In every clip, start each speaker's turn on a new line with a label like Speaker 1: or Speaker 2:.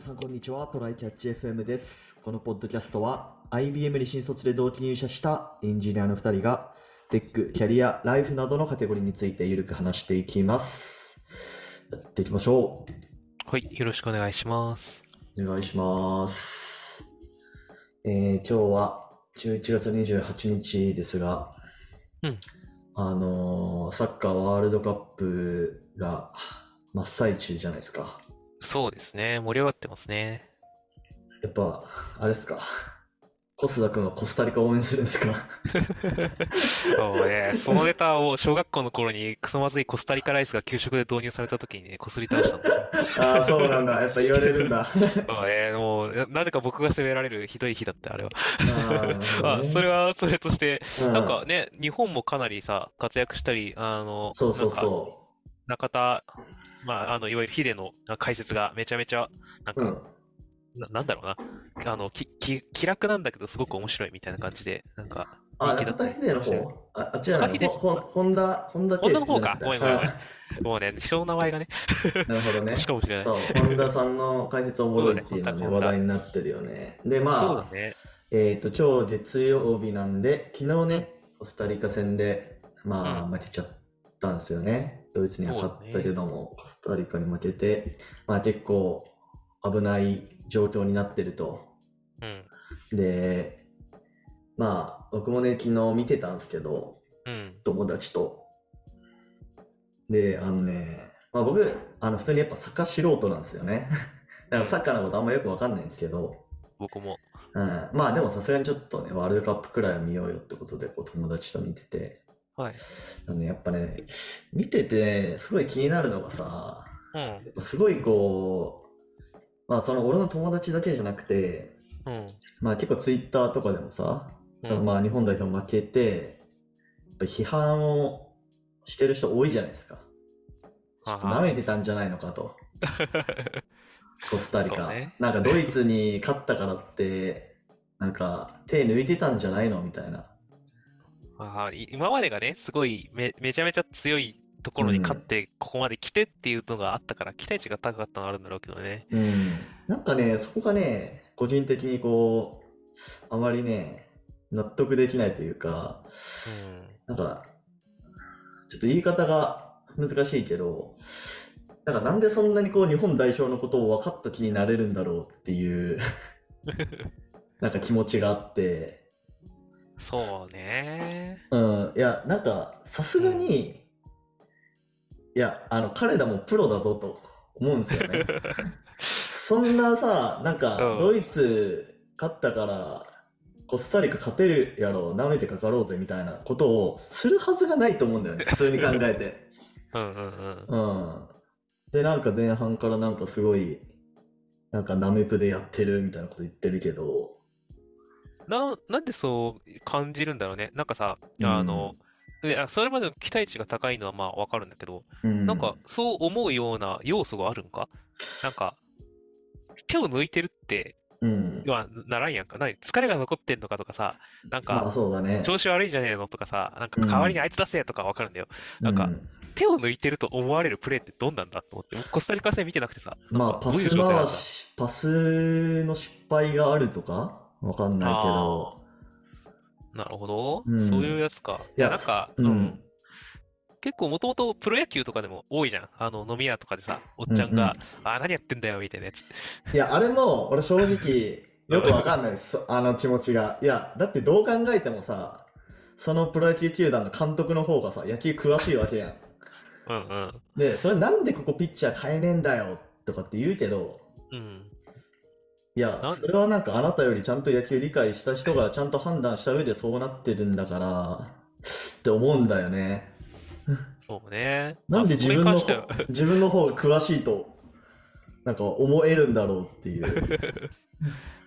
Speaker 1: さん、こんにちは。トライチャッチ FM です。このポッドキャストは、IBM に新卒で同期入社したエンジニアの2人が、テック、キャリア、ライフなどのカテゴリーについてゆるく話していきます。やっていきましょ
Speaker 2: はい、よろしくお願いします。
Speaker 1: う。お願いします。えー、今日は11月28日ですが、
Speaker 2: うん
Speaker 1: あのーサッカーワールドカップが真っ最中じゃないですか。
Speaker 2: そうですね、盛り上がってます ね。
Speaker 1: やっぱ、あれですか。コスダ君はコスタリカ応援するんですか
Speaker 2: そうね、そのネタを小学校の頃にクソまずいコスタリカライスが給食で導入された時にね、こすり倒した んですよ。
Speaker 1: ああ、そうなんだ。やっぱ言われ るんだ。
Speaker 2: そうね、もう、ななぜか僕が責められるひどい日だった、あれは。
Speaker 1: あ
Speaker 2: あ、それ
Speaker 1: は、
Speaker 2: はそれとして、
Speaker 1: うん
Speaker 2: なんか、ね、日本もかなりさ、活躍したり、あの、
Speaker 1: そうそう
Speaker 2: なんか
Speaker 1: そ
Speaker 2: 中田、まあ、あの、いわゆるヒデの解説がめちゃめちゃ、なん
Speaker 1: う。う
Speaker 2: か、
Speaker 1: ん。
Speaker 2: な、なんだろうな、あの、き、き、気楽なんだけど、すごく面白いみたいな感じで、なんか、
Speaker 1: あ、
Speaker 2: 人気だ
Speaker 1: 中田秀の方あ、あっちじゃない
Speaker 2: 中田
Speaker 1: ほ、ほ、ホンダ、ホンダ
Speaker 2: 本田の方か
Speaker 1: テイスじゃなくて
Speaker 2: もうね、人の名前がね、
Speaker 1: あなるほどね。
Speaker 2: しかもしれない。
Speaker 1: そう、本田さんの解説おもろいっていうの
Speaker 2: そうだね
Speaker 1: で
Speaker 2: 本田
Speaker 1: 話題になってるよね。で、まあ、
Speaker 2: そうだね。
Speaker 1: えっ、と、今日月曜日なんで、昨日ね、コスタリカ戦で、まあ、
Speaker 2: うん
Speaker 1: 負けちゃったんですよね。ドイツには勝ったけども、コスタリカに負けて、まあ結構危ない状況になってると。
Speaker 2: うん。
Speaker 1: で、まあ、僕もね、昨日見てたんですけど、
Speaker 2: うん。
Speaker 1: 友達と。で、あのね、まあ僕、あの、普通にやっぱサッカー素人なんですよね。 だからサッカーのことあんまよくわかんないんですけど、
Speaker 2: 僕も。
Speaker 1: うん、まあでもさすがにちょっとね、ワールドカップくらいは見ようよってことで、こう友達と見てて、
Speaker 2: はい。
Speaker 1: あのね、やっぱね、見てて、すごい気になるのがさ、
Speaker 2: うん。
Speaker 1: すごいこう、まあその俺の友達だけじゃなくて、
Speaker 2: うん。
Speaker 1: まあ結構ツイッターとかでもさ、
Speaker 2: うん
Speaker 1: そのまあ日本代表負けて、やっぱ批判をしてる人多いじゃないですか。ちょっと舐めてたんじゃないのかと、コスタリ
Speaker 2: そ
Speaker 1: カ。
Speaker 2: うね
Speaker 1: なんかドイツに勝ったからって、なんか手抜いてたんじゃないのみたいな。
Speaker 2: ああ、い今までがね、すごいめ、めちゃめちゃ強いところに勝って、ここまで来てっていうのがあったから、期待値が高かったのはあるんだろうけどね。
Speaker 1: うん、なんかね、そこがね、個人的にこう、あまりね、納得できないというか、なんか、ちょっと言い方が難しいけど、なんかなんでそんなにこう日本代表のことを分かった気になれるんだろうっていう、なんか気持ちがあって、
Speaker 2: うん。 そうね。
Speaker 1: うん、いや、なんかさすがに、いや、あの、彼らもプロだぞと思うんですよ ね。そんなさ、なんか、
Speaker 2: うん
Speaker 1: ドイツ勝ったから、コスタリカ勝てるやろ、舐めてかかろうぜみたいなことをするはずがないと思うんだ よね、普通に考えて。
Speaker 2: うんうんうん。
Speaker 1: うん。で、なんか前半からなんかすごい、なんかナメプでやってるみたいなこと言ってるけど、
Speaker 2: な、なんでそう感じるんだろうね。なんかさ、あの、いやそれまでの期待値が高いのはまあわかるんだけど、
Speaker 1: うん、
Speaker 2: なんか、そう思うような要素があるんかなんか、手を抜いてるって、
Speaker 1: うん。
Speaker 2: まあ、ならんやんか。何疲れが残ってんのかとかさ、なん
Speaker 1: まあ
Speaker 2: か、
Speaker 1: そうだね。
Speaker 2: 調子悪いんじゃねえのとかさ、なんか代わりにあいつ出せとかわかるんだよ。なんか
Speaker 1: う
Speaker 2: 手を抜いてると思われるプレーってどんなんだと思って、僕コスタリカ戦見てなくてさ、
Speaker 1: まあ
Speaker 2: なんか
Speaker 1: パ
Speaker 2: どういう
Speaker 1: ス
Speaker 2: 状態なんだ
Speaker 1: 回し、パスの失敗があるとかわかんないけど、
Speaker 2: なるほど
Speaker 1: うん。
Speaker 2: そういうやつか。
Speaker 1: いや
Speaker 2: なんか、
Speaker 1: うん
Speaker 2: うん結構もともとプロ野球とかでも多いじゃん。あの、飲み屋とかでさ、おっちゃんが、あ、何やってんだよ、みたいなやつ。
Speaker 1: いや、あれも、俺正 直、よくわかんないです。あの気持ちが。いや、だってどう考えてもさ、そのプロ野球球団の監督の方がさ、野球詳しいわけや
Speaker 2: うんうん。
Speaker 1: ん。で、それなんでここピッチャー変えねえんだよ、とかって言うけど、
Speaker 2: うん。
Speaker 1: いや
Speaker 2: な、ん
Speaker 1: それはなんかあなたよりちゃんと野球理解した人がちゃんと判断した上でそうなってるんだから、って思うんだよね。
Speaker 2: そうね。
Speaker 1: なんで
Speaker 2: あ
Speaker 1: 自
Speaker 2: そこ
Speaker 1: 分
Speaker 2: に
Speaker 1: の
Speaker 2: 関しては
Speaker 1: 方、 自分の方が詳しいと、なんか思えるんだろうっていう。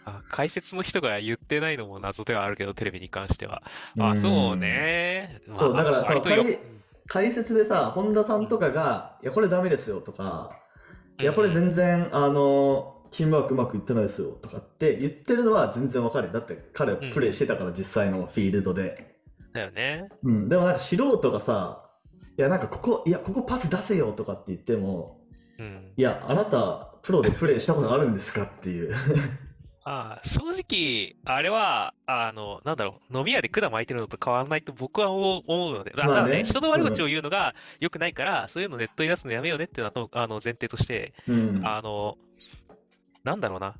Speaker 2: あ、解説の人が言ってないのも謎ではあるけど、テレビに関しては。 あ、そうね。まあ
Speaker 1: そうだからその
Speaker 2: 割とよ
Speaker 1: 解解説でさ本田さんとかが「いやこれダメですよ」とか「
Speaker 2: うん
Speaker 1: いやこれ全然あのチームワークうまくいってないですよ」とかって言ってるのは全然わかるよだって彼はプレーしてたから実際のフィールドで、
Speaker 2: だよね。
Speaker 1: うんでもなんか素人がさ「いやなんかここいやここパス出せよ」とかって言っても
Speaker 2: うん
Speaker 1: いや、あなた、プロでプレーしたことあるんですかっていう。
Speaker 2: ああ、正直、あれは、あの、なんだろう、飲み屋で管巻いてるのと変わらないと僕は思う思うので、
Speaker 1: ま
Speaker 2: だ
Speaker 1: あ
Speaker 2: から
Speaker 1: ね
Speaker 2: ね、人の悪口を言うのが良くないから、そういうのネットに出すのやめようねっていうのはと、あの、前提として、
Speaker 1: うん。
Speaker 2: あの、なんだろうな。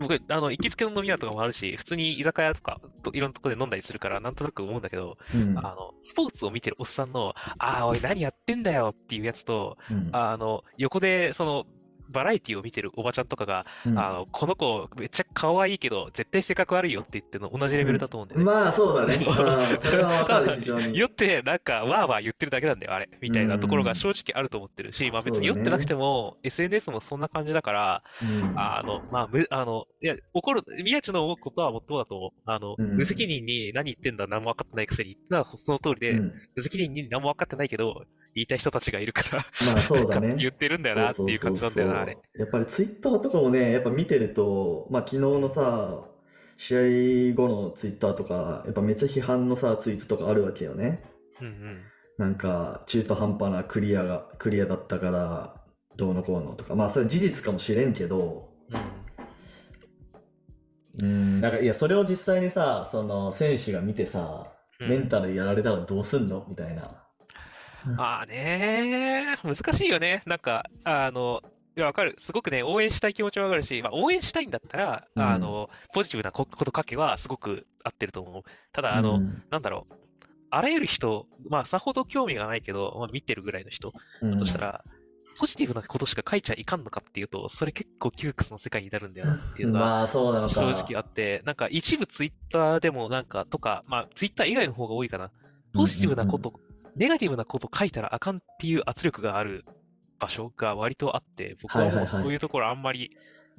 Speaker 2: 僕、あの、行きつけの飲み屋とかもあるし、普通に居酒屋とか、といろんなとこで飲んだりするから、なんとなく思うんだけど、
Speaker 1: うん
Speaker 2: あの、スポーツを見てるおっさんの、ああ、おい、何やってんだよっていうやつと、
Speaker 1: うん
Speaker 2: あの、横で、その、バラエティを見てるおばちゃんとかが、
Speaker 1: うん
Speaker 2: あの、この子、めっちゃ可愛いけど、絶対性格悪いよって言ってるの同じレベルだと思うんだよね。
Speaker 1: まあ、そうだ ね。
Speaker 2: そう
Speaker 1: うんそれはわかる、非常に。
Speaker 2: 酔って、なんか、わーわー言ってるだけなんだよ、あれ。みたいなところが正直あると思ってるし、まあ別に酔ってなくても、SNS もそんな感じだから、
Speaker 1: うん
Speaker 2: あの、まあ、む、あの、いや、怒る、宮地の思うことはもっともだと思う。あの、
Speaker 1: うん
Speaker 2: 無責任に何言ってんだ、何も分かってないくせに、なその通りで、
Speaker 1: うん
Speaker 2: 無責任に何も分かってないけど、言いたい人たちがいるから、
Speaker 1: まあ、そうだ
Speaker 2: 勝手
Speaker 1: ね
Speaker 2: に。言ってるんだよな、っていう感じなんだよな、あれ。
Speaker 1: やっぱりツイッターとかもね、やっぱ見てると、まあ昨日のさ、試合後のツイッターとか、やっぱめっちゃ批判のさ、ツイートとかあるわけよね。
Speaker 2: うんうん。
Speaker 1: なんか、中途半端なクリアが、クリアだったから、どうのこうのとか、まあそれは事実かもしれんけど、
Speaker 2: う
Speaker 1: う
Speaker 2: ん
Speaker 1: ん、なんかいや、それを実際にさ、その選手が見てさ、
Speaker 2: うん
Speaker 1: メンタルやられたらどうすんのみたいな。
Speaker 2: まあね、難しいよね。なんか、あの、いや、わかる。すごくね、応援したい気持ちはわかるし、まあ、応援したいんだったら、
Speaker 1: うん
Speaker 2: あの、ポジティブなこことかけはすごく合ってると思う。ただ、あの、
Speaker 1: うん
Speaker 2: なんだろう。あらゆる人、まあ、さほど興味がないけど、まあ、見てるぐらいの人
Speaker 1: うん
Speaker 2: だとしたら、ポジティブなことしか書いちゃいかんのかっていうと、それ結構窮屈の世界になるんだよなっていうのが、
Speaker 1: まあそうなの
Speaker 2: 正
Speaker 1: か。
Speaker 2: 直あって、なんか一部ツイッターでもなんか、とか、まあ、ツイッター以外の方が多いかな。ポジティブなこと、ネガティブなこと書いたらあかんっていう圧力がある場所が割とあって、僕は
Speaker 1: はいはい
Speaker 2: も
Speaker 1: は
Speaker 2: う
Speaker 1: い
Speaker 2: そういうところあんまり、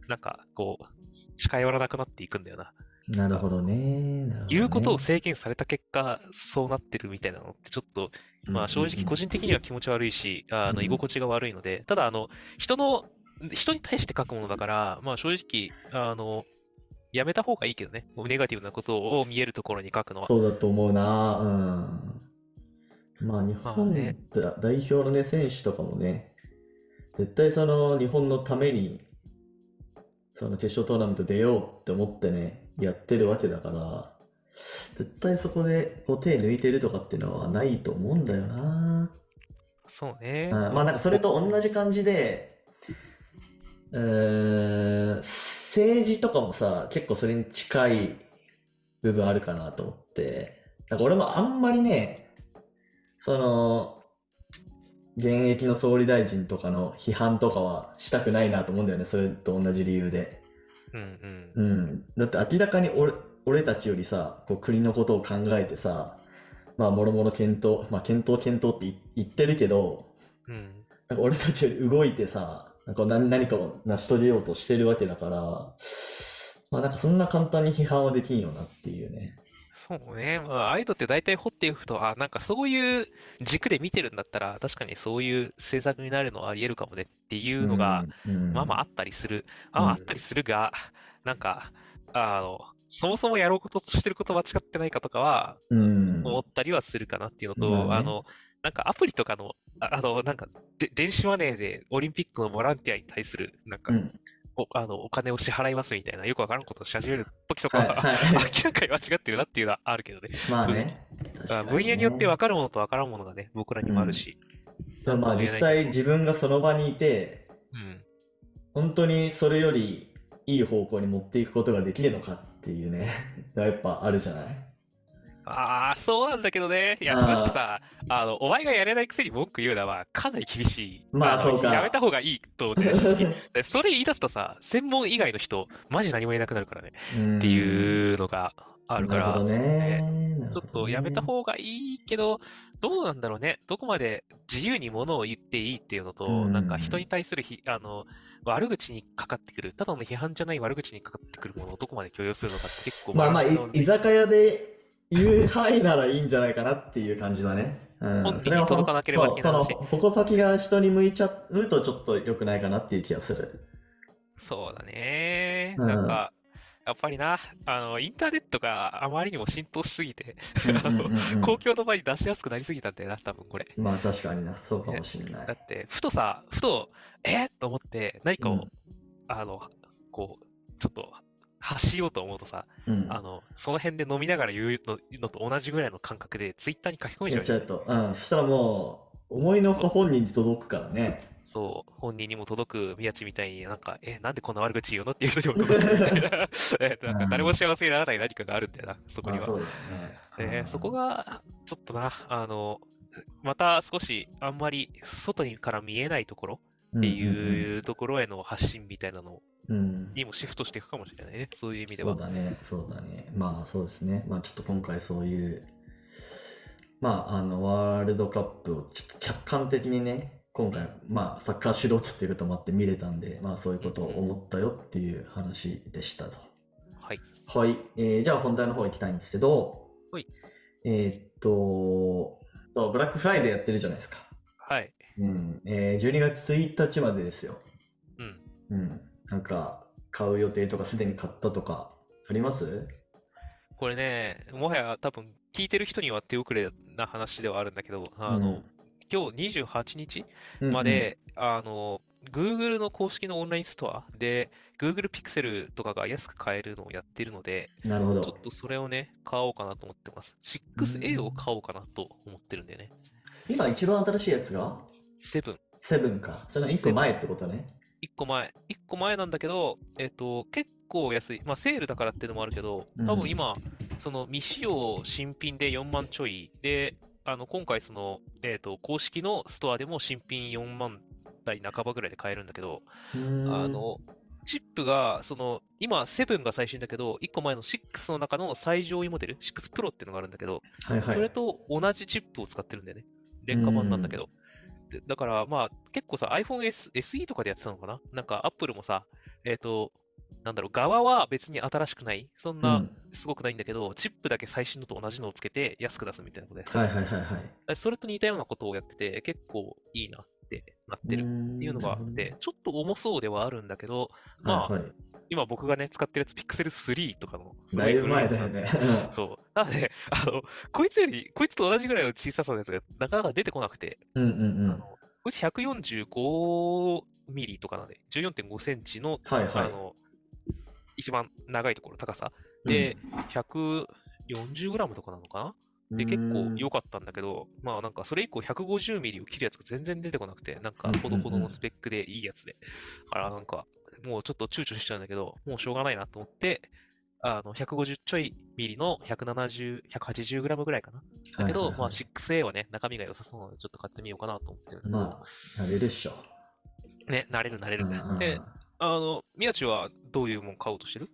Speaker 2: なんか、こう、近寄らなくなっていくんだよな。
Speaker 1: なるほどね。なるほどね
Speaker 2: 言うことを制限された結果、そうなってるみたいなのって、ちょっと、まあ正直個人的には気持ち悪いし、あの
Speaker 1: うん
Speaker 2: 居心地が悪いので、ただあの、人の、人に対して書くものだから、まあ正直、あの、やめた方がいいけどね、もうネガティブなことを見えるところに書くのは。
Speaker 1: そうだと思うな、うん。まあ、日
Speaker 2: まあ
Speaker 1: 本
Speaker 2: ね
Speaker 1: だ代表のね、選手とかもね、絶対その日本のために、その決勝トーナメント出ようって思ってね、やってるわけだから、絶対そこでこう手抜いてるとかっていうのはないと思うんだよな。
Speaker 2: そうね。
Speaker 1: うんまあなんかそれと同じ感じで、うーん、政治とかもさ、結構それに近い部分あるかなと思って、なんか俺もあんまりね、その、現役の総理大臣とかの批判とかはしたくないなと思うんだよね、それと同じ理由で。
Speaker 2: うんうん。
Speaker 1: うん、だって明らかに俺俺たちよりさこう国のことを考えてさまあもろもろ検討、まあ、検討検討ってい言ってるけど
Speaker 2: うん。
Speaker 1: なんか俺たちより動いてさ、なんか何何かを成し遂げようとしてるわけだから、まあなんかそんな簡単に批判はできんよなっていうね。
Speaker 2: そうね。まあ、ああいうのって大体掘っていくと、あ、なんかそういう軸で見てるんだったら、確かにそういう政策になるのはあり得るかもねっていうのが、
Speaker 1: うん、うん
Speaker 2: まあまああったりする。あ
Speaker 1: うん
Speaker 2: あったりするが、なんか、あの、そもそもやろうこととしてること間違ってないかとかは
Speaker 1: うん、
Speaker 2: 思ったりはするかなっていうの
Speaker 1: まあ
Speaker 2: と、
Speaker 1: ね
Speaker 2: あの、なんかアプリとかの、ああの、なんか、で電子マネーでオリンピックのボランティアに対する、なんか
Speaker 1: う、ん
Speaker 2: お、あの、お金を支払いますみたいな、よくわからんことをし始める時とか
Speaker 1: はい
Speaker 2: は、
Speaker 1: は
Speaker 2: 明らかに間違ってるなっていうのはあるけどね。
Speaker 1: い。まあ ね。確か
Speaker 2: あ
Speaker 1: にね
Speaker 2: 分野によって分かるものと分からんものがね、僕らにもあるし。
Speaker 1: でもまあ実際自分がその場にいて、
Speaker 2: うん。
Speaker 1: 本当にそれよりいい方向に持っていくことができるのかっていうね、 やっぱあるじゃない
Speaker 2: ああ、そうなんだけどね。いや、
Speaker 1: あー
Speaker 2: 正しくさ、あの、お前がやれないくせに文句言うのは、かなり厳しい。
Speaker 1: まあ
Speaker 2: の
Speaker 1: そうか
Speaker 2: やめた方がいいと思うね、正 直でそれ言い出すとさ、専門以外の人、マジ何も言えなくなるからね。って
Speaker 1: うん
Speaker 2: いうのがあるか
Speaker 1: な
Speaker 2: ら、
Speaker 1: るほどね。なる
Speaker 2: ちょ
Speaker 1: ほ
Speaker 2: っ
Speaker 1: ど
Speaker 2: と
Speaker 1: ね
Speaker 2: やめた方がいいけど、どうなんだろうね。どこまで自由にものを言っていいっていうのと、
Speaker 1: うん
Speaker 2: なんか人に対するひ、あの、悪口にかかってくる、ただの批判じゃない悪口にかかってくるものをどこまで許容するのかって結構
Speaker 1: まあまあ、
Speaker 2: バラン
Speaker 1: い
Speaker 2: スの
Speaker 1: 居酒屋で言う範囲ならいいんじゃないかなっていう感じだね。うん、
Speaker 2: 本人に
Speaker 1: それは
Speaker 2: 届かなければ
Speaker 1: そう
Speaker 2: いけないし
Speaker 1: その矛先が人に向いちゃうとちょっと良くないかなっていう気がする。
Speaker 2: そうだね。
Speaker 1: うん
Speaker 2: なんか、やっぱりな、あの、インターネットがあまりにも浸透しすぎて、
Speaker 1: うんうんうんうん
Speaker 2: 公共の場に出しやすくなりすぎたんだよな、多分これ。
Speaker 1: まあ確かにな、そうかもしれな
Speaker 2: だ
Speaker 1: い。
Speaker 2: って、ふとさ、ふと、えー、と思って、何かを、
Speaker 1: うん
Speaker 2: あの、こう、ちょっと、発しようと思うとさ、
Speaker 1: うん。
Speaker 2: あの、その辺で飲みながら言うののと同じぐらいの感覚で、ツイッターに書き込みち
Speaker 1: や
Speaker 2: ゃ
Speaker 1: っ
Speaker 2: う
Speaker 1: ち
Speaker 2: じ
Speaker 1: ゃ
Speaker 2: ゃん
Speaker 1: うと。うん。そしたらもう、思いのほか本人に届くからね。
Speaker 2: そう、本人にも届く宮地みたいに、なんか、え、なんでこんな悪口言うのっていう人にも 届くみたいな えなんか誰も幸せにならない何かがあるんだよな、そこ
Speaker 1: まあ
Speaker 2: には。
Speaker 1: そうだよね。
Speaker 2: ね、そこがちょっとな、あの、また少しあんまり外にから見えないところ
Speaker 1: っ
Speaker 2: っていうところへの発信みたいなの
Speaker 1: うんうんうん。
Speaker 2: にもシフトしていくかもしれないね、そういう意味で
Speaker 1: そ
Speaker 2: は
Speaker 1: う。だね、そうだね。まあそうですね。まあちょっと今回そういう、まああのワールドカップをちょっと客観的にね、今回、まあサッカー素人っていうこともあって見れたんで、まあそういうことを思ったよっていう話でしたと。
Speaker 2: はい。
Speaker 1: はい、えーじゃあ本題の方行きたいんですけど、
Speaker 2: はい
Speaker 1: えーっと、そうブラックフライデーやってるじゃないですか。
Speaker 2: はい。
Speaker 1: うん、えー12月1日までですよ。
Speaker 2: うん。
Speaker 1: うん、なんか買う予定とかすでに買ったとかあります
Speaker 2: これね、もはや多分聞いてる人には手遅れな話ではあるんだけど、あの、今日28日
Speaker 1: うん
Speaker 2: ま、で、あの、Google の公式のオンラインストアで、Google Pixel とかが安く買えるのをやってるので、
Speaker 1: うんなるほ
Speaker 2: ちょ
Speaker 1: ど
Speaker 2: っ。とそれをね、買おうかなと思ってます。6A を買おうかなと思ってるんでね。
Speaker 1: 今一番新しいやつが
Speaker 2: 7、
Speaker 1: 7か。それの1個前ってことね。
Speaker 2: 1個前。1個前なんだけど、えっと、結構安い。まあ、セールだからっていうのもあるけど、多
Speaker 1: うん
Speaker 2: 分今、その未使用新品で4万ちょいで、あの、今回その、えっと、公式のストアでも新品4万台半ばぐらいで買えるんだけど、
Speaker 1: あ
Speaker 2: あ、の、チップが、その、今、7が最新だけど、1個前の6の中の最上位モデル、6 Pro っていうのがあるんだけど、
Speaker 1: はいはい、
Speaker 2: それと同じチップを使ってるんだよね。廉価版なんだけど。でだから、まあ、結構さ、iPhone S SE とかでやってたのかななんか、Apple もさ、えっ、と、なんだろう、側は別に新しくない。そん
Speaker 1: うん
Speaker 2: な、すごくないんだけど、チップだけ最新のと同じのをつけて安く出すみたいなことやってたじゃ
Speaker 1: は
Speaker 2: ん
Speaker 1: いはいはいはい。
Speaker 2: それと似たようなことをやってて、結構いいなってなってるっていうのがあって、ちょっと重そうではあるんだけど、
Speaker 1: うん、
Speaker 2: まあ、
Speaker 1: はいはい
Speaker 2: 今僕がね、使ってるやつ、Pixel 3とかの、すご
Speaker 1: だいぶ
Speaker 2: 古
Speaker 1: 前
Speaker 2: やつ
Speaker 1: だ
Speaker 2: な
Speaker 1: よ
Speaker 2: んで
Speaker 1: ね。
Speaker 2: そう。なので、 あの、こいつより、こいつと同じぐらいの小ささのやつがなかなか出てこなくて、
Speaker 1: うんうんうん
Speaker 2: あの、こいつ145ミリとかなんで、14.5センチの、
Speaker 1: はいはい
Speaker 2: あの、一番長いところ、高さ。で、140グラムとかなのか
Speaker 1: うん
Speaker 2: なで、結構良かったんだけど、まあなんかそれ以降150ミリを切るやつが全然出てこなくて、なんかほどほどのスペックでいいやつで。だからなんか、もうちょっと躊躇しちゃうんだけど、もうしょうがないなと思って、あの、150ちょいミリの170、180グラムぐらいかな。だけど、
Speaker 1: はいはいはい
Speaker 2: まあ 6A はね、中身が良さそうなので、ちょっと買ってみようかなと思ってるんだけど
Speaker 1: まあ、やれるっしょ。
Speaker 2: ね、慣れる慣れ
Speaker 1: う
Speaker 2: る
Speaker 1: んうんう。ん
Speaker 2: で、あの、宮地はどういうもん買おうとしてる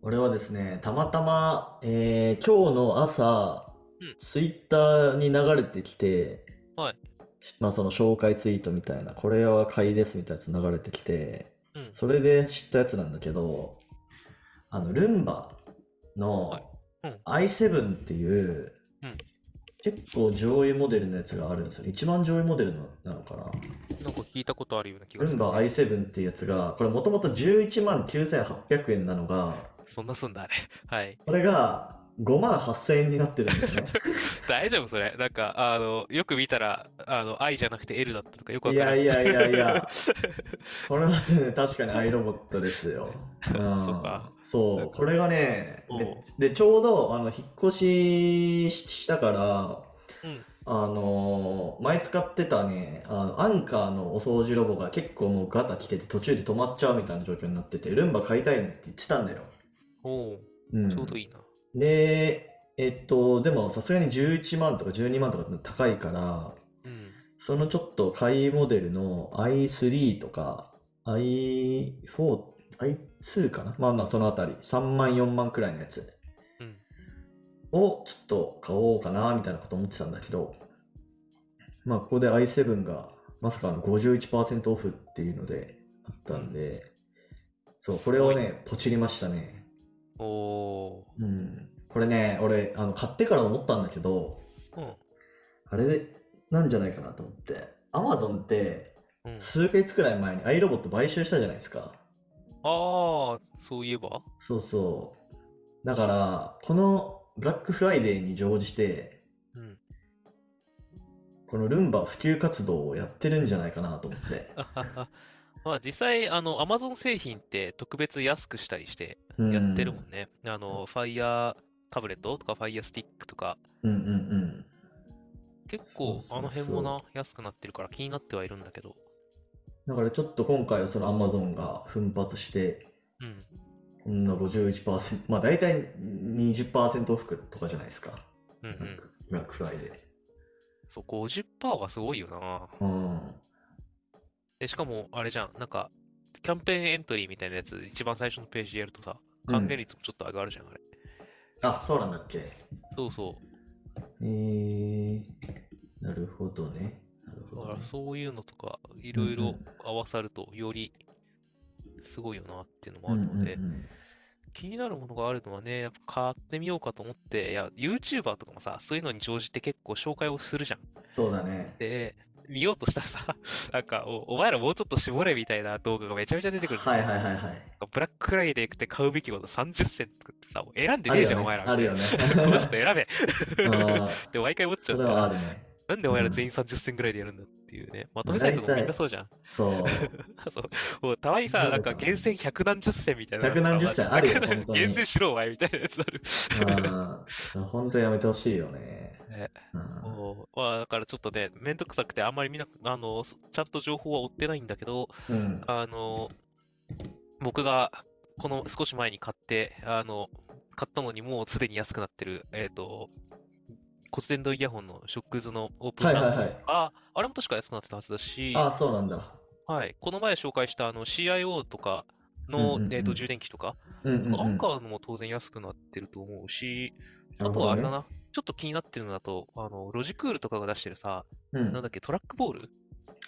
Speaker 1: 俺はですね、たまたま、えー、今日の朝、
Speaker 2: うん
Speaker 1: ツイッターに流れてきて、
Speaker 2: はい
Speaker 1: まあその紹介ツイートみたいな、これは買いですみたいなやつ流れてきて、
Speaker 2: うん。
Speaker 1: それで知ったやつなんだけど、あの、ルンバ
Speaker 2: はい
Speaker 1: の
Speaker 2: うん
Speaker 1: i7 っていう
Speaker 2: うん、
Speaker 1: 結構上位モデルのやつがあるんですよ。一番上位モデルのなのかな。
Speaker 2: なんか聞いたことあるような気が
Speaker 1: ル
Speaker 2: す
Speaker 1: ン
Speaker 2: る。
Speaker 1: バ i7 っていうやつが、これもともと11万9800円なのが、
Speaker 2: そんなすんだ、あれ。はい。
Speaker 1: これが5万8000円になってるんだよ ね。
Speaker 2: 大丈夫それ。なんか、あの、よく見たら、あの、I じゃなくて L だったとかよくわ
Speaker 1: い
Speaker 2: か
Speaker 1: や
Speaker 2: らん。
Speaker 1: いやいやい や、これはね、確かにアイロボットですよ。うん、
Speaker 2: そっか
Speaker 1: そうこれがね、
Speaker 2: おう
Speaker 1: めで、ちょうどあの引っ越ししたから、
Speaker 2: うん
Speaker 1: あのー前使ってたね、あのアンカーのお掃除ロボが結構もうガタ来てて途中で止まっちゃうみたいな状況になってて、ルンバ買いたいねって言ってたんだよ。
Speaker 2: おう
Speaker 1: うん
Speaker 2: ちょうどいいな。
Speaker 1: で、えっと、でもさすがに11万とか12万とか高いから、
Speaker 2: うん。
Speaker 1: そのちょっと買いモデルの i3 とか i4、i2 かなまあまあそのあたり、3万4万くらいのやつ
Speaker 2: うん
Speaker 1: をちょっと買おうかなみたいなこと思ってたんだけど、まあここで i7 がまさかの51%オフっていうのであったんで、そう、これをね、ポチりましたね。
Speaker 2: おー。
Speaker 1: うん。これね、俺、あの、買ってから思ったんだけど、
Speaker 2: うん。
Speaker 1: あれなんじゃないかなと思って。アマゾンって、
Speaker 2: うん、
Speaker 1: 数ヶ月くらい前にアイロボット買収したじゃないですか。
Speaker 2: ああ、そういえば
Speaker 1: そうそだから、このブラックフライデーに乗じて、
Speaker 2: うん。
Speaker 1: このルンバ普及活動をやってるんじゃないかなと思って。
Speaker 2: あははまあ実際、あの、Amazon 製品って特別安くしたりして
Speaker 1: うん
Speaker 2: やってるもんね。あの、Fire タブレットとか Fire スティックとか、
Speaker 1: うんうんうん。
Speaker 2: 結構
Speaker 1: そうそうそう
Speaker 2: あの辺もな、安くなってるから気になってはいるんだけど。
Speaker 1: だからちょっと今回はその Amazon が奮発して、
Speaker 2: うん。
Speaker 1: こんな51%、まあ大体20%オフとかじゃないですか。
Speaker 2: うんう
Speaker 1: ブラッ
Speaker 2: ん。
Speaker 1: クブラックフライデ
Speaker 2: そう、50%はすごいよな。
Speaker 1: ー。うん。
Speaker 2: で、しかも、あれじゃん、なんか、キャンペーンエントリーみたいなやつ、一番最初のページでやるとさ、還元率もちょっと上がるじゃん、あれ。
Speaker 1: あ、そうなんだっけ。え
Speaker 2: そうそう。
Speaker 1: ー、なるほどね。なる
Speaker 2: だ
Speaker 1: ほ
Speaker 2: か
Speaker 1: ど、
Speaker 2: ら
Speaker 1: ね。
Speaker 2: そういうのとか、いろいろ
Speaker 1: うん
Speaker 2: 合わさると、よりすごいよなっていうのも
Speaker 1: う
Speaker 2: あ
Speaker 1: ん
Speaker 2: る
Speaker 1: う
Speaker 2: の
Speaker 1: ん
Speaker 2: で、気になるものがあるのはね、やっぱ買ってみようかと思って、いや、YouTuber とかもさ、そういうのに乗じて結構紹介をするじゃん。
Speaker 1: そうだね。
Speaker 2: で、見ようとしたらさ、 なんかお、お前らもうちょっと絞れみたいな動画がめちゃめちゃ出てくる。
Speaker 1: はいはいはいはい。
Speaker 2: ブラックフライデーで買うべきこと30選作ってさ、もう選んで
Speaker 1: あ
Speaker 2: ね
Speaker 1: る
Speaker 2: えじゃん、
Speaker 1: よ
Speaker 2: お前
Speaker 1: ね。
Speaker 2: ら。
Speaker 1: あるよね。
Speaker 2: この人選べ
Speaker 1: あー
Speaker 2: って毎回思っちゃ
Speaker 1: そうれ
Speaker 2: ん
Speaker 1: はあ
Speaker 2: だ
Speaker 1: るね。
Speaker 2: なんでお前ら全員30戦ぐらいでやるんだっていうね。まとめサイトもみんなそうじゃん。
Speaker 1: そう。
Speaker 2: そうもうたまにさ、なんか厳選100何十戦みたいなのが。
Speaker 1: 100何十戦あるよ
Speaker 2: なんか
Speaker 1: 本当に
Speaker 2: 厳選しろお前みたいなやつある。
Speaker 1: うん。本当やめてほしいよね。
Speaker 2: ね
Speaker 1: うん
Speaker 2: もうまあだからちょっとね、めんどくさくてあんまり見なく、あの、そちゃんと情報は追ってないんだけど、
Speaker 1: うん。
Speaker 2: あの、僕がこの少し前に買って、あの、買ったのにもうすでに安くなってる、えっと、骨伝導イヤホンのショックズのオープン
Speaker 1: はい
Speaker 2: ラン
Speaker 1: はいはい。
Speaker 2: ああれも確か安くなってたはずだし、
Speaker 1: あ、そうなんだ。
Speaker 2: はい、この前紹介したあの CIO とかの、
Speaker 1: うんうんうん
Speaker 2: えーと充電器とか、
Speaker 1: うんうん、うん。
Speaker 2: アンカーのも当然安くなってると思うし、
Speaker 1: な
Speaker 2: あ
Speaker 1: るほ
Speaker 2: と
Speaker 1: ど
Speaker 2: はあ
Speaker 1: ね
Speaker 2: れだな、ちょっと気になってるのだと、あのロジクールとかが出してるさ、
Speaker 1: うん
Speaker 2: なんだっけ、トラックボール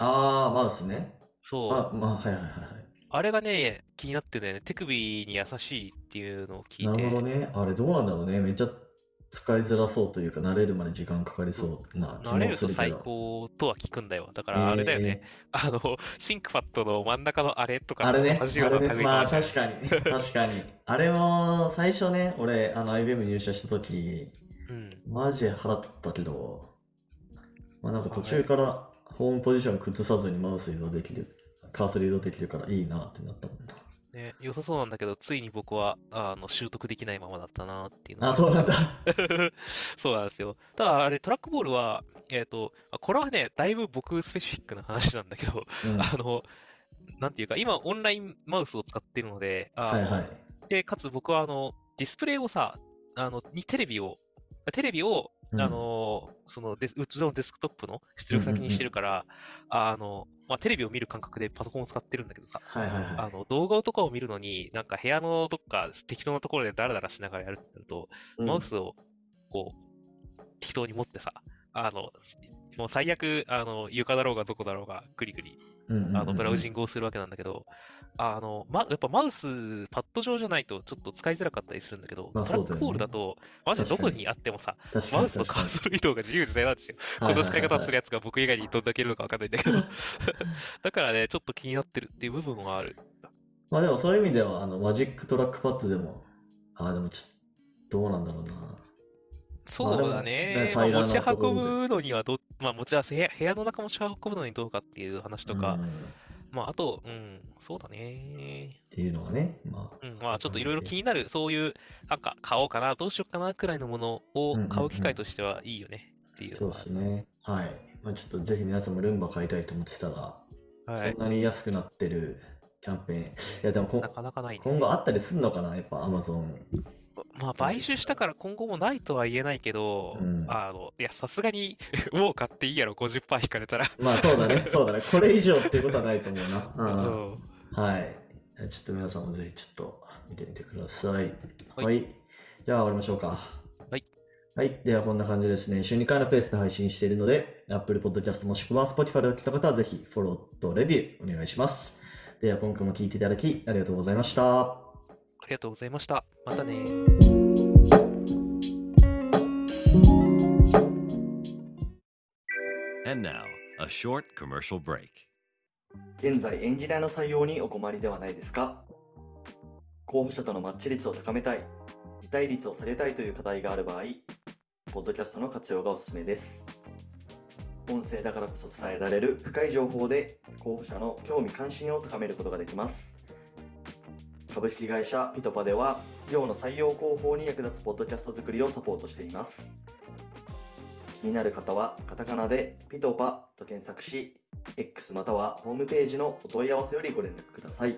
Speaker 1: あー、マウスね。
Speaker 2: そう、
Speaker 1: あ、まあ、はいはいはいはい。
Speaker 2: あれがね、気になってんだよね。手首に優しいっていうのを聞
Speaker 1: ないるほど
Speaker 2: て、
Speaker 1: ね。あれどうなんだろうね。めっちゃ使いづらそうというか、慣れるまで時間かかりそうな気
Speaker 2: 慣れ
Speaker 1: も
Speaker 2: る
Speaker 1: す
Speaker 2: と
Speaker 1: るけ
Speaker 2: 最
Speaker 1: ど。
Speaker 2: 高とは聞くんだよ。だからあれだよね。あの、ThinkPad の真ん中のあれ
Speaker 1: えー
Speaker 2: とか
Speaker 1: あれね、
Speaker 2: 同じような
Speaker 1: あれね
Speaker 2: 類の
Speaker 1: まあ
Speaker 2: 話だよね
Speaker 1: 確か に、確かに。あれも最初ね、俺、あの IBM 入社した時、
Speaker 2: うん。
Speaker 1: マジ腹立ったけど、まあなんか途中からホームポジション崩さずにマウス移動できる、カーソル移動できるからいいなってなったもんな。
Speaker 2: ね、良さそうなんだけど、ついに僕は、あの、習得できないままだったなっていうのが
Speaker 1: あ、そうなんだ。
Speaker 2: そうなんですよ。ただ、あれ、トラックボールは、えっと、あこれはね、だいぶ僕スペシフィックな話なんだけど、
Speaker 1: うん、
Speaker 2: あの、なんていうか、今、オンラインマウスを使ってるので、あ
Speaker 1: はい
Speaker 2: の、
Speaker 1: はい。
Speaker 2: で、かつ僕はあの、ディスプレイをさ、あの、にテレビを、テレビを、
Speaker 1: うん
Speaker 2: あの、そのデス、うちのデスクトップの出力先にしてるから、あの、まあ、テレビを見る感覚でパソコンを使ってるんだけどさ、
Speaker 1: はいはい
Speaker 2: あ
Speaker 1: は
Speaker 2: の、動画とかを見るのに、なんか部屋のどっか適当なところでダラダラしながらやるってなると、
Speaker 1: い。
Speaker 2: マウスを、こう、適当に持ってさ、あの、もう最悪、あの、床だろうがどこだろうが、ぐりぐりあのブラウジン
Speaker 1: グ。
Speaker 2: グをするわけなんだけど、あのま、やっぱマウス、パッド上じゃないとちょっと使いづらかったりするんだけど、
Speaker 1: まあ
Speaker 2: トラ
Speaker 1: そう
Speaker 2: ッ
Speaker 1: だよ
Speaker 2: ク
Speaker 1: ね
Speaker 2: ボールだと、マジでどこにあってもさ、
Speaker 1: 確か
Speaker 2: マ
Speaker 1: に
Speaker 2: ウスとカーソル移動が自由自在なんですよ。こんな使い方をする
Speaker 1: や
Speaker 2: やつが僕以外にどんだけいるのかわかんないんだけど、 だからね、ちょっと気になってるっていう部分はある。
Speaker 1: まあでもそういう意味では、あの、マジックトラックパッドでも、ああ、でもちょっと、どうなんだろうな。
Speaker 2: そうだね、
Speaker 1: まああれも
Speaker 2: まあ持
Speaker 1: ね平ら
Speaker 2: ち
Speaker 1: なところで
Speaker 2: 運ぶのにはど、まあ、持ち合わせ、部屋部屋の中持ち運ぶのにどうかっていう話とか、
Speaker 1: うんっ
Speaker 2: まあ、あと、うん、そうだね。
Speaker 1: ていうのはね、まあ、
Speaker 2: うん、まあちょっといろいろ気になる、そういう、なんか買おうかな、どうしようかな、くらいのものを
Speaker 1: うんうん
Speaker 2: 買う機会としてはいいよね、っていう
Speaker 1: そ
Speaker 2: の
Speaker 1: う
Speaker 2: は
Speaker 1: ですね。はい。まあちょっとぜひ皆さんもルンバ買いたいと思ってたら、
Speaker 2: はい。
Speaker 1: こんなに安くなってるキャンペーン。いや、でもこ
Speaker 2: なかなかないね。
Speaker 1: 今後あったりすんのかな、やっぱアマゾン。
Speaker 2: まあ買収したから今後もないとは言えないけど、
Speaker 1: うん
Speaker 2: あの、いや、さすがに、 もう買っていいやろ、50%引かれたら。
Speaker 1: まあそうだね、そうだね。これ以上っていうことはないと思うな。う
Speaker 2: う
Speaker 1: ん
Speaker 2: ん。
Speaker 1: はい。ちょっと皆さんもぜひちょっと見てみてください。
Speaker 2: はい
Speaker 1: じゃあ終わりましょうか。
Speaker 2: はい。
Speaker 1: はい。ではこんな感じですね。週2回のペースで配信しているので、Apple Podcast もしくは Spotify でお聞きの方はぜひフォローとレビューお願いします。では今回も聞いていただきありがとうございました。
Speaker 2: ありがとうございました。またねー。
Speaker 3: And now, a short commercial break.
Speaker 1: 現在エンジニアの採用にお困りではないですか候補者とのマッチ率を高めたい辞退率を下げたいという課題がある場合、ポッドキャストの活用がおすすめです。音声だからこそ伝えられる深い情報で候補者の興味関心を高めることができます。株式会社ピトパでは企業の採用広報に役立つポッドキャスト作りをサポートしています。気になる方はカタカナでピトパと検索し、X またはホームページのお問い合わせよりご連絡ください。